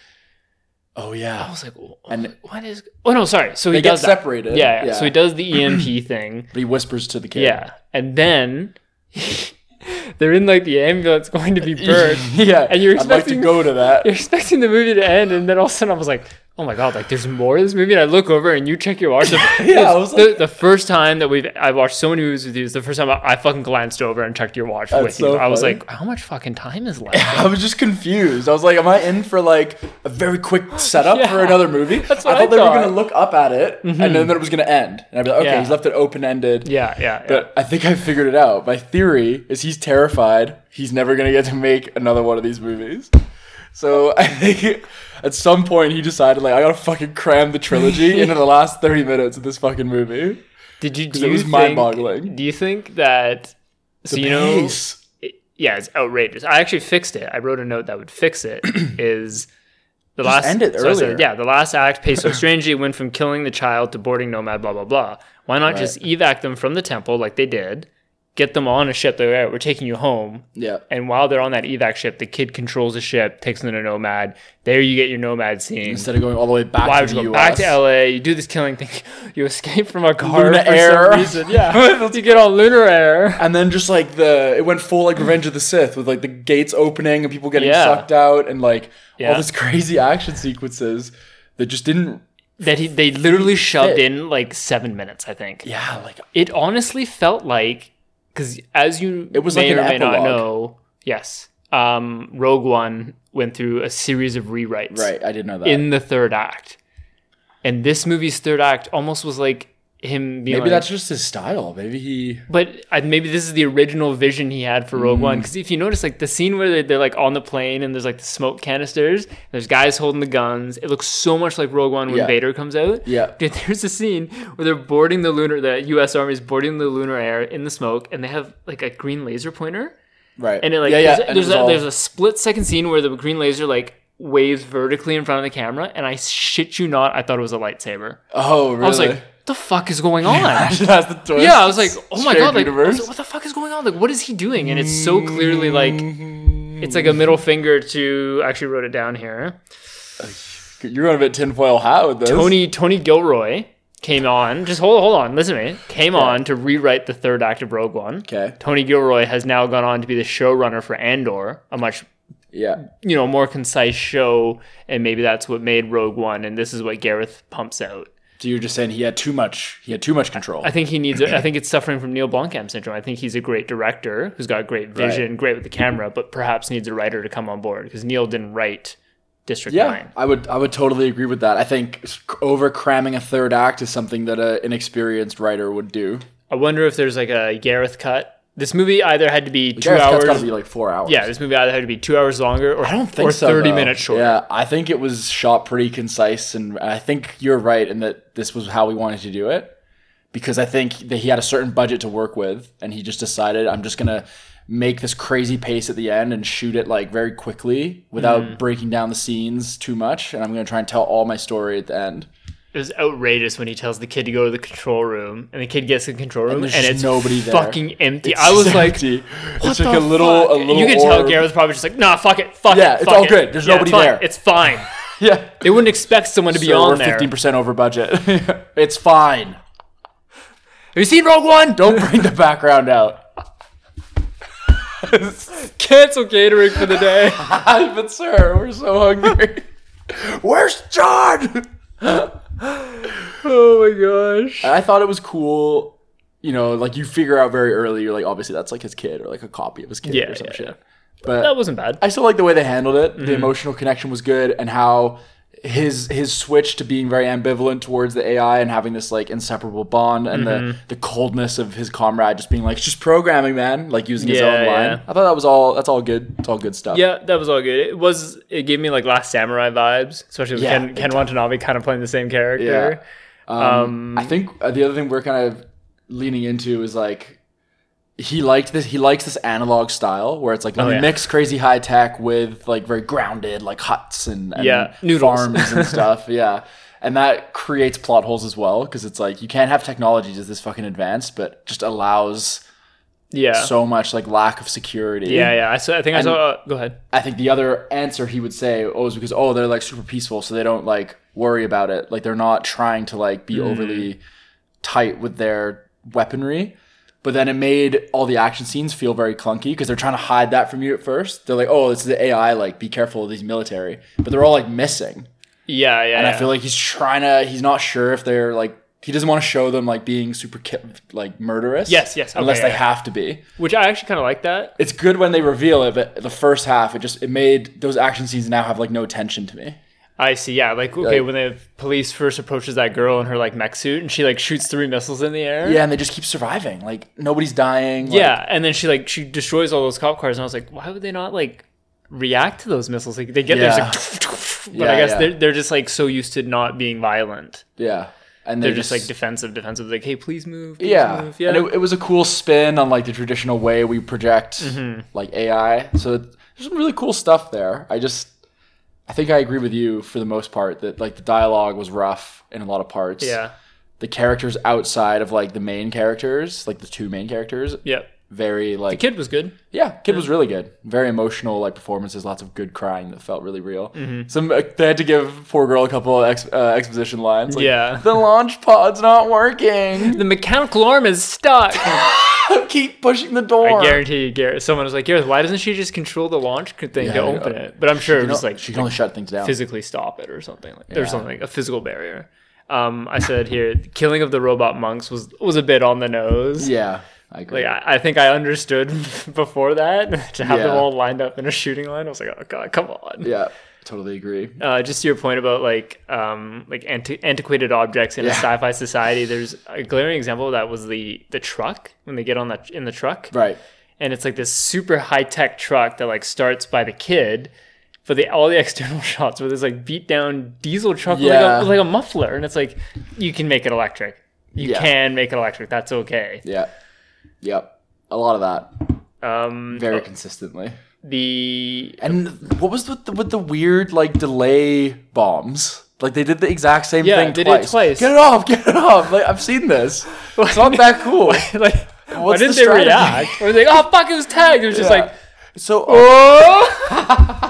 oh, yeah.
I was like, "Wh-
And-
what is? Oh no, sorry. So he
They get
does that.
separated.
Yeah,
Yeah.
So he does the EMP thing.
But he whispers to the kid.
Yeah, and then they're in like the ambulance going to be burned.
yeah.
And you're
I'd like to
expecting-
go to that.
You're expecting the movie to end, and then all of a sudden I was like, "Oh my god!" Like, there's more to this movie. And I look over, and you check your watch.
Yeah, I was
the, the first time that we've I watched so many movies with you is the first time I, I fucking glanced over and checked your watch with
so
you. I was
funny.
like, "How much fucking time is left?"
I was just confused. I was like, "Am I in for like a very quick setup
Yeah.
for another movie?" That's
what
I
I
thought they
thought. Mm-hmm.
were gonna look up at it, and then that it was gonna end. And I'd be like, "Okay,
Yeah.
he's left it open ended."
yeah, yeah, yeah.
But I think I figured it out. My theory is he's terrified. He's never gonna get to make another one of these movies. So I think at some point he decided, like, I gotta fucking cram the trilogy into the last thirty minutes of this fucking movie.
Did you? Do
it
you
was
think-
mind-boggling.
Do you think that? So you know,
Pace.
it- yeah, it's outrageous. I actually fixed it. I wrote a note that would fix it. Is the last
end it
so I said,
earlier.
yeah, the last act pays so strangely. It went from killing the child to boarding nomad. Blah blah blah. Why not just evac them from the temple like they did? Get them on a ship. They're like, "All right, we're taking you home.
yeah.
And while they're on that evac ship, the kid controls the ship, takes them to nomad. There you get your nomad scene.
Instead of going all the way back
Why
to
would
the
you go
US,
back to LA? You do this killing thing. You escape from a car
Lunar
for
air.
some reason. Yeah, you get on lunar air.
And then just like the it went full like Revenge of the Sith with like the gates opening and people getting
Yeah.
sucked out and like all
Yeah.
this crazy action sequences that just didn't
that he they literally shoved
Fit.
in like seven minutes. I think
yeah like
it honestly felt like because as you
It was
may
like an
or may not
epilogue.
know, yes, um, Rogue One went through a series of rewrites
right I didn't know that
in the third act, and this movie's third act almost was like him being
maybe
like,
that's just his style maybe he
but I, maybe this is the original vision he had for Rogue One.
Mm.
Because if you notice, like the scene where they, they're like on the plane and there's like the smoke canisters, and there's guys holding the guns. It looks so much like Rogue One when
Yeah.
Vader comes out.
Yeah.
Dude, there's a scene where they're boarding the lunar, the U.S. Army's boarding the lunar air in the smoke, and they have like a green laser pointer,
right
and it like
yeah yeah
there's,
and it
there's
was
a,
all-
there's a split second scene where the green laser like waves vertically in front of the camera, and I shit you not, I thought it was a lightsaber.
oh really
I was like, the fuck is going on?
that's the twist
Yeah, I was like, oh my
Shared
god, like, I was
universe.
like, what the fuck is going on? Like, what is he doing? And it's so clearly like, it's like a middle finger to. I Actually, wrote it down here.
you're going a bit tinfoil hat with this
Tony Tony Gilroy came on. Just hold hold on, listen to me. Came on to rewrite the third act of Rogue One.
okay
Tony Gilroy has now gone on to be the showrunner for Andor, a much
yeah
you know more concise show, and maybe that's what made Rogue One. And this is what Gareth pumps out.
so you're just saying he had too much he had too much control
I think he needs. A, I think it's suffering from Neil Blomkamp syndrome. I think he's a great director who's got great vision, great with the camera, but perhaps needs a writer to come on board because Neil didn't write District
Yeah,
Nine.
I would I would totally agree with that. I think over cramming a third act is something that a, an experienced writer would do.
I wonder if there's like a Gareth cut. This movie either had to be two
Gareth Cut's
hours.
got to be like four hours.
yeah, this movie either had to be two hours longer or
I don't think
or
so.
thirty
though.
minutes shorter.
Yeah, I think it was shot pretty concise, and I think you're right in that this was how we wanted to do it because I think that he had a certain budget to work with, and he just decided I'm just gonna make this crazy pace at the end and shoot it like very quickly without
Mm.
breaking down the scenes too much, and I'm gonna try and tell all my story at the end.
It was outrageous when he tells the kid to go to the control room, and the kid gets to the control room and,
there's just
it's
nobody there.
fucking empty. I was like,
Empty.
What
it's like
the
a little,
fuck?
a little.
You can tell
orb.
Gareth probably just like, nah, fuck it, fuck it.
Yeah, it's
fuck
all
it.
good. There's
it's
nobody
fine.
there.
It's fine.
Yeah,
They wouldn't expect someone to be
so
on
we're
there.
15% over budget. it's fine.
Have you seen Rogue One?
Don't bring the background out.
Cancel catering for the day.
but sir, we're so hungry. Where's John?
oh my gosh.
I thought it was cool. You know, like you figure out very early. You're like, obviously that's like his kid or like a copy of his kid
Yeah,
or some
yeah,
shit.
yeah.
But
That wasn't bad. Mm-hmm.
I still like the way they handled it. The emotional connection was good, and how his his switch to being very ambivalent towards the AI and having this like inseparable bond and
Mm-hmm.
the the coldness of his comrade just being like it's just programming man like using his
Yeah,
own line.
yeah.
I thought that was all that's all good. It's all good stuff.
Yeah, that was all good. It was it gave me like Last Samurai vibes, especially with
Yeah,
Ken,
big
Ken Watanabe kind of playing the same character.
Um, I think uh, the other thing we're kind of leaning into is like he liked this. He likes this analog style where it's like let
Oh,
me
yeah.
mix crazy high tech with like very grounded, like huts and, and
Yeah, noodles.
farms and stuff. Yeah, and that creates plot holes as well because it's like you can't have technology just this fucking advanced, but just allows
Yeah,
so much like lack of security.
yeah, yeah. I, saw, I think I saw. go ahead.
I think the other answer he would say oh, is because oh they're like super peaceful, so they don't like worry about it. Like they're not trying to like be overly
Mm.
tight with their weaponry. But then it made all the action scenes feel very clunky because they're trying to hide that from you at first. They're like, oh, it's the AI, like be careful of these military. But they're all like missing.
Yeah, yeah.
And I
yeah.
feel like he's trying to, he's not sure if they're like, he doesn't want to show them like being super ki- like murderous.
Yes, yes, okay,
Unless
yeah,
they
yeah.
have to be
which I actually kind of like that.
it's good when they reveal it, but the first half, it just it made those action scenes now have like no tension to me.
I see. Yeah, like okay,
Like-
when the police first approaches that girl in her like mech suit, and she like shoots three missiles in the air.
Yeah, and they just keep surviving. Like nobody's dying. like-
yeah, and then she like she destroys all those cop cars, and I was like, why would they not like react to those missiles? Like they get there, it's like, but I
Yeah,
guess
yeah.
they're they're just like so used to not being violent.
yeah, and
They're just like defensive, defensive. Like, hey, please move. Please
yeah.
move. yeah.
And it, it was a cool spin on like the traditional way we project
Mm-hmm.
like AI. So it- there's some really cool stuff there. I just I think I agree with you for the most part that like the dialogue was rough in a lot of parts.
yeah,
The characters outside of like the main characters, like the two main characters,
yeah.
very like
Kid was good.
Yeah, kid was really good. Very emotional, like performances. Lots of good crying that felt really real.
Mm-hmm.
Some uh, they had to give poor girl a couple of ex, uh, exposition lines. Like,
Yeah.
the launch pod's not working.
The mechanical arm is stuck. I
Keep pushing the door.
guarantee you, Garrett. Someone was like, Gareth, why doesn't she just control the launch thing to
yeah.
open it? But I'm sure it
You know,
was like
she can only shut things down.
physically stop it or something. Like there's something a physical barrier. Um, I said here, the killing of the robot monks was was a bit on the nose.
yeah, I agree.
Like I, I think I understood before that to have them
Yeah.
all lined up in a shooting line. I was like, oh god, come on.
yeah, totally agree.
Uh, just to your point about like um, like anti- antiquated objects in a
Yeah.
sci-fi society. There's a glaring example of that was the the truck when they get on that in the truck
Right.
and it's like this super high tech truck that like starts by the kid, but the all the external shots were this like beat down diesel truck with,
Yeah.
like, a, with, like a muffler, and it's like you can make it electric. You
Yeah.
can make it electric. That's okay.
Yeah. Yep. A lot of that,
Um,
very consistently.
the
And what was with the, with the weird like delay bombs? Like they did the exact same
Yeah,
thing
they did it
twice.
twice.
Get it off! Get it off! Like I've seen this. It's not that cool.
like, why
What's
didn't
the
they
strategy?
react? Or they like, oh fuck, it was tagged. It was just
Yeah.
like,
so oh,
oh.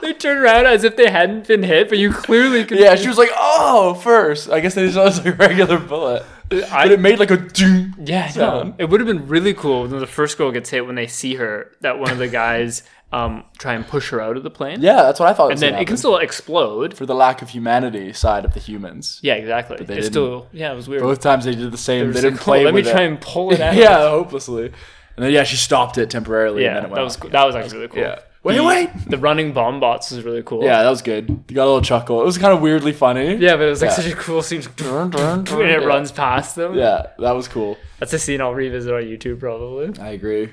they turned around as if they hadn't been hit, but you clearly could.
yeah, she was like, "Oh, first. I guess they just was a regular bullet,
I-
but it made like a doom.
Yeah, I know.
sound.
It would have been really cool when the first girl gets hit when they see her that one of the guys um, try and push her out of the plane.
Yeah, that's what I thought. was
and then
gonna
it can
happen.
still explode.
for the lack of humanity side of the humans.
Yeah, exactly. It's
they didn't.
still yeah, it was weird.
Both times they did the same.
It
They
was
didn't
like,
play.
"Oh, Let me
with
try
it.
and pull it out.
yeah, hopelessly. And then yeah, she stopped it temporarily.
yeah,
and then
that
it went
was
off.
cool. that was actually really cool.
Yeah. Wait,
The-
wait.
The running bomb bots was really cool.
Yeah, that was good. You got a little chuckle. It was kind of weirdly funny.
yeah, but it was like
Yeah.
such a cool scene.
Dun, dun, dun,
And it
yeah.
runs past them.
Yeah, that was cool.
That's a scene I'll revisit on YouTube probably.
I agree.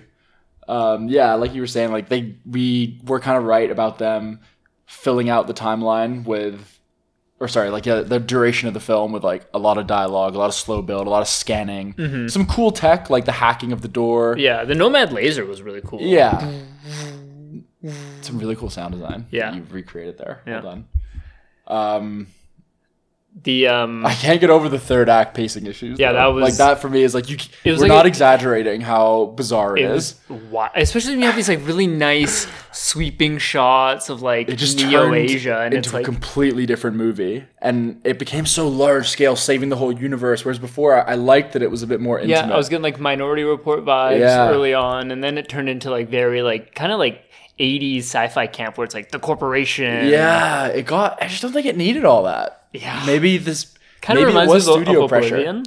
Um, yeah, like you were saying, like they we were kind of right about them filling out the timeline with, or sorry, like yeah, the duration of the film with like a lot of dialogue, a lot of slow build, a lot of scanning,
Mm-hmm.
some cool tech like the hacking of the door.
Yeah, the Nomad laser was really cool.
Yeah. Some really cool sound design. that
Yeah.
you recreated there.
Yeah.
Well done. Um,
The um
I can't get over the third act pacing issues.
Yeah,
though.
that was-
like that for me is like you.
It was
we're
like
not
a-
exaggerating how bizarre
it was wild. especially when you have these like really nice sweeping shots of like
it just
Neo
turned
Asia, and
into
it's like
a completely different movie, and it became so large scale, saving the whole universe. Whereas before, I, I liked that it was a bit more
yeah,
intimate.
I was getting like Minority Report vibes
Yeah.
early on, and then it turned into like very like kind of like '80s sci-fi camp where it's like the corporation.
yeah, it got. I just don't think it needed all that.
Yeah.
maybe this
kind of
maybe
reminds
it was
me of,
studio
of
pressure.
Oblivion.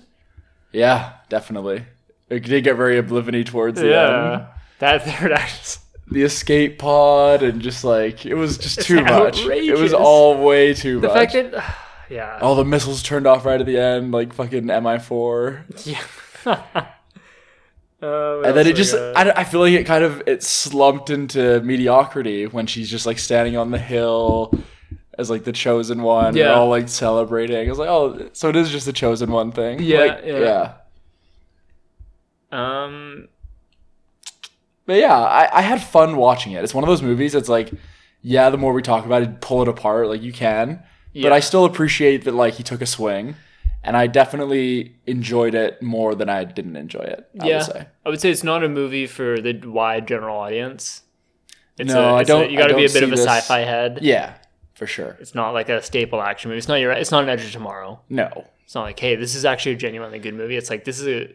Yeah, definitely. It did get very obliviony towards the
Yeah,
end.
that third act.
the escape pod and just like it was just too much. It
outrageous.
was all way too
The fact
much.
that, yeah,
all the missiles turned off right at the end, like fucking MI4.
yeah. Uh, what
And
else
then it
we
just,
got?
I, I feel like it kind of, it slumped into mediocrity when she's just like standing on the hill as like the chosen one. Yeah.
Yeah.
And all like celebrating. I was like, oh, so it is just the chosen one thing.
Yeah,
Like,
yeah.
yeah.
um,
But yeah, I, I had fun watching it. It's one of those movies that's like, yeah, the more we talk about it, pull it apart, like you can.
Yeah.
But I still appreciate that like he took a swing. And I definitely enjoyed it more than I didn't enjoy it, I
yeah,
would say.
I would say it's not a movie for the wide general audience. It's
No,
a,
I
it's a-
don't-
you got to
I
be a
don't
bit of a
see this-
sci-fi head.
Yeah, for sure.
It's not like a staple action movie. It's not your. It's not an Edge of Tomorrow.
No.
It's not like, hey, this is actually a genuinely good movie. It's like this is a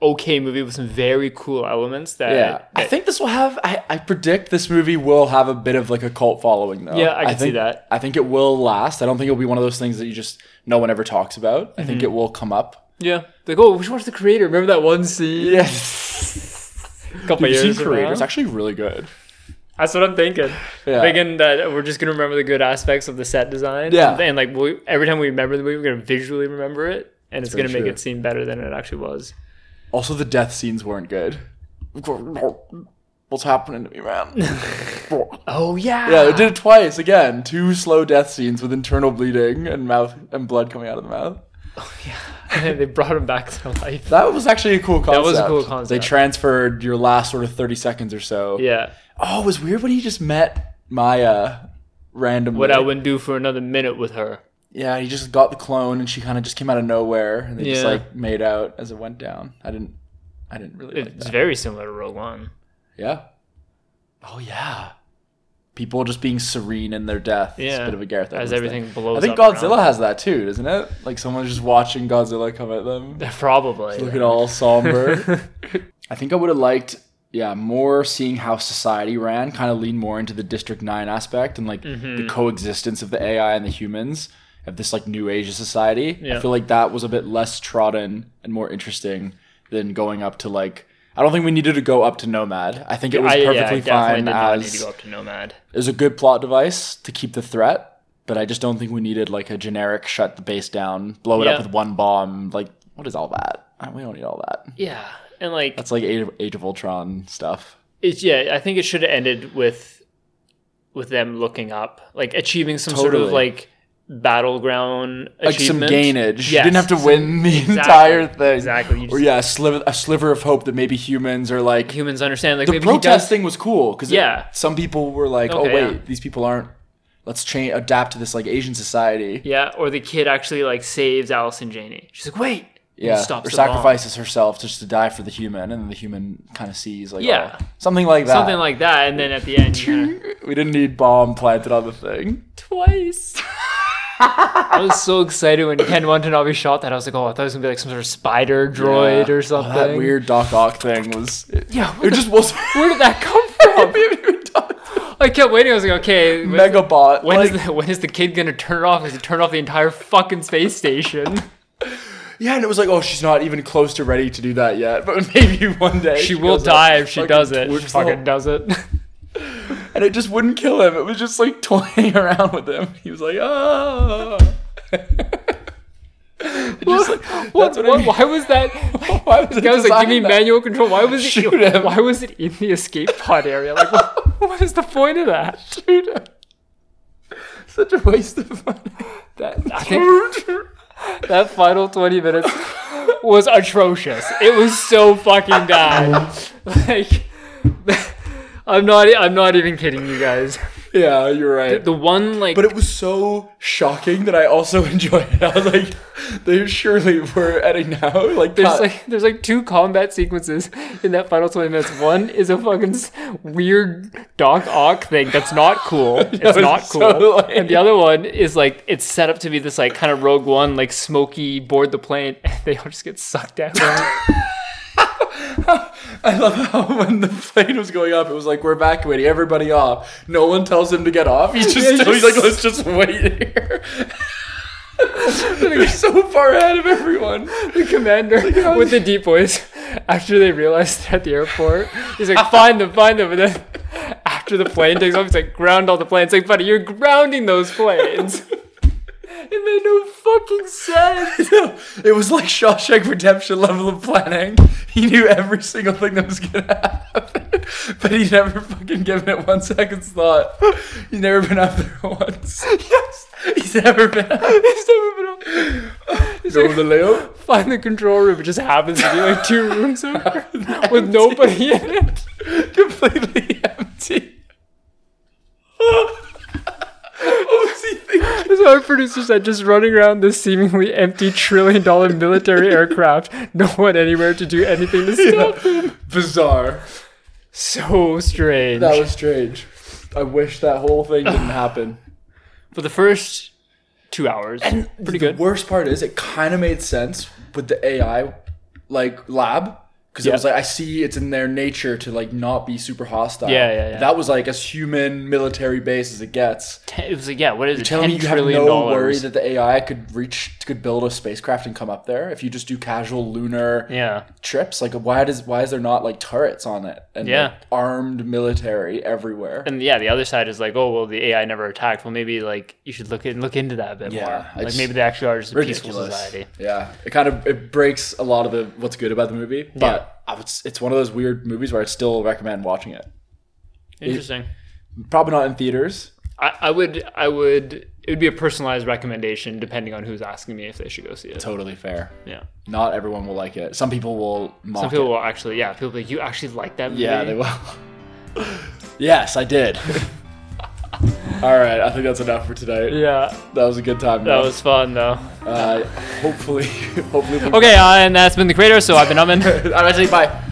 okay movie with some very cool elements that.
Yeah, I
that-
think this will have. I, I predict this movie will have a bit of like a cult following, though.
Yeah, I can see
think-
that.
I think it will last. I don't think it'll be one of those things that you just no one ever talks about. I
Mm-hmm.
think it will come up.
yeah. Like, oh, we should watch the creator. Remember that one scene?
Yes,
A couple
Dude,
years
Years Creator
ago.
is actually really good.
That's what I'm thinking.
Yeah.
Thinking that we're just gonna remember the good aspects of the set design.
Yeah.
And, like we, every time we remember the movie, we're gonna visually remember it, and it's
very
gonna make
true.
it seem better than it actually was.
Also, the death scenes weren't good. What's happening to me, man?
Oh yeah.
yeah, they did it twice again. Two slow death scenes with internal bleeding and mouth and blood coming out of the mouth.
they brought him back to life.
That was actually a cool concept.
was a cool
They
concept.
transferred your last sort of thirty seconds or so.
Yeah.
Oh, it was weird when he just met Maya randomly.
What I wouldn't do for another minute with her.
yeah, he just got the clone, and she kind of just came out of nowhere, and they just
Yeah.
like made out as it went down. I didn't, I didn't really like
It's
that.
very similar to Rogue One.
Yeah. Oh yeah. People just being serene in their death. It's
Yeah.
a bit of a Gareth Evans
As
thing.
everything blows
I think
up
Godzilla
around.
has that too, doesn't it? Like someone's just watching Godzilla come at them.
Probably.
Look at all somber. I think I would have liked, yeah, more seeing how society ran, kind of lean more into the District Nine aspect and like
Mm-hmm.
the coexistence of the AI and the humans of this like New Asia society.
Yeah.
I feel like that was a bit less trodden and more interesting than going up to like. I don't think we needed to go up to Nomad. I think it was
I, yeah, I
perfectly
definitely
fine
did not need to
as
go up to Nomad.
it was a good plot device to keep the threat, but I just don't think we needed like a generic shut the base down, blow it
Yeah.
up with one bomb. Like, what is all that? I- We don't need all that.
Yeah, and like
That's like Age of, Age of Ultron stuff.
it's yeah, I think it should have ended with with them looking up, like achieving some sort of
Totally.
like battleground
Like some
achievement.
gainage.
Yes.
You didn't have to win the
Exactly.
entire thing.
Exactly. You
Or
just,
yeah, a sliver, a sliver of hope that maybe humans are like.
Humans understand like
The
maybe
protest
he does.
thing was cool because
Yeah.
some people were like,
Okay,
"Oh wait,
yeah.
these people aren't. Let's change, adapt to this like Asian society."
Yeah, or the kid actually like saves Alice and Janie. She's like, wait, and
yeah,
stops
or
the bomb.
sacrifices herself just to die for the human, and then the human kind of sees like
Yeah.
oh, something like that.
something like that, and then at the end, you kinda-
we didn't need bomb planted on the thing.
twice. I was so excited when Ken Watanabe shot that. I was like, oh, I thought it was gonna be like some sort of spider droid
Yeah.
or
Oh,
something.
that weird Doc Ock thing was. It,
Yeah,
it just was.
Where did that come from?
Megabot.
I kept waiting. I was like, okay, when- when is
like-
the when is the kid gonna turn it off? Is he turn off the entire fucking space station?
yeah, and it was like, oh, she's not even close to ready to do that yet, but maybe one day
She will
goes
die
up,
if she
fucking
does it. She
twists the
fucking
whole-
does it.
and it just wouldn't kill him. It was just like toying around with him. He was like, ah. It just like, that's
What,
what, I
what-
mean.
why was that?
Why was it
I was like, give me
designed that?
manual control. Why was it?
Shoot him.
Why was it in the escape pod area? Like, what, what is the point of that?
Dude, such a waste of money.
I think that final 20 minutes was atrocious. It was so fucking bad. Like I'm not I'm not even kidding you guys.
yeah, you're right.
The one like
but it was so shocking that I also enjoyed it. I was like, they surely were editing now. Like,
there's
cut.
like there's like two combat sequences in that final 20 minutes. One is a fucking s- weird Doc Ock thing that's not cool.
That
It's
was
not
so
cool.
lame.
And the other one is like it's set up to be this like kind of Rogue One like smoky board the plane and they all just get sucked down.
I love how when the plane was going up, it was like we're evacuating everybody off. No one tells him to get off. He's just,
Yeah,
still,
he's
he's like, let's just wait here. They're so far ahead of everyone.
the commander with the deep voice after they realized they're at the airport. He's like, find them, find them. And then after the plane takes off, he's like, ground all the planes. Like, buddy, you're grounding those planes. It made no fucking sense.
it was like Shawshank Redemption level of planning. He knew every single thing that was gonna happen, but he never fucking given it one second's thought. He's never been up there once. Yes, he's never been. Up.
He's never been up. He's like,
layout.
find the control room. It just happens to be like two rooms over with nobody in it.
completely empty. what was he thinking?
That's why our producer said just running around this seemingly empty trillion dollar military aircraft, no one anywhere to do anything to stop them.
Bizarre.
So strange.
That was strange. I wish that whole thing didn't happen.
For the first two hours, pretty
the
good.
worst part is it kind of made sense with the AI like lab because it was like I see it's in their nature to like not be super hostile.
Yeah, yeah, yeah.
That was like as human military base as it gets.
Ten- it was like, yeah, what is it?
Tell me
Ten
you have
trillion
no worry
dollars.
that the AI could reach could build a spacecraft and come up there if you just do casual lunar
yeah,
trips. Like why does why is there not like turrets on it and
Yeah.
like, armed military everywhere?
and yeah, the other side is like, oh well, the AI never attacked. Well, maybe like you should look in, look into that a bit
Yeah,
more. Like
it's
maybe they actually are just a peaceful
ridiculous.
society.
Yeah, it kind of it breaks a lot of the what's good about the movie, but I would, s- it's one of those weird movies where I'd still recommend watching it.
Interesting.
Probably not in theaters.
I, I would, I would. It would be a personalized recommendation depending on who's asking me if they should go see it.
Totally fair.
Yeah.
Not everyone will like it. Some people will mock
Some people will actually, yeah, people be like you actually like that
it.
movie.
Yeah, they will. yes, I did. All right, I think that's enough for tonight.
Yeah,
That was a good time.
that
man.
was fun though.
uh, hopefully, hopefully. we-
Okay, uh, and that's been the creator. So I've been Umin.
All right, say bye.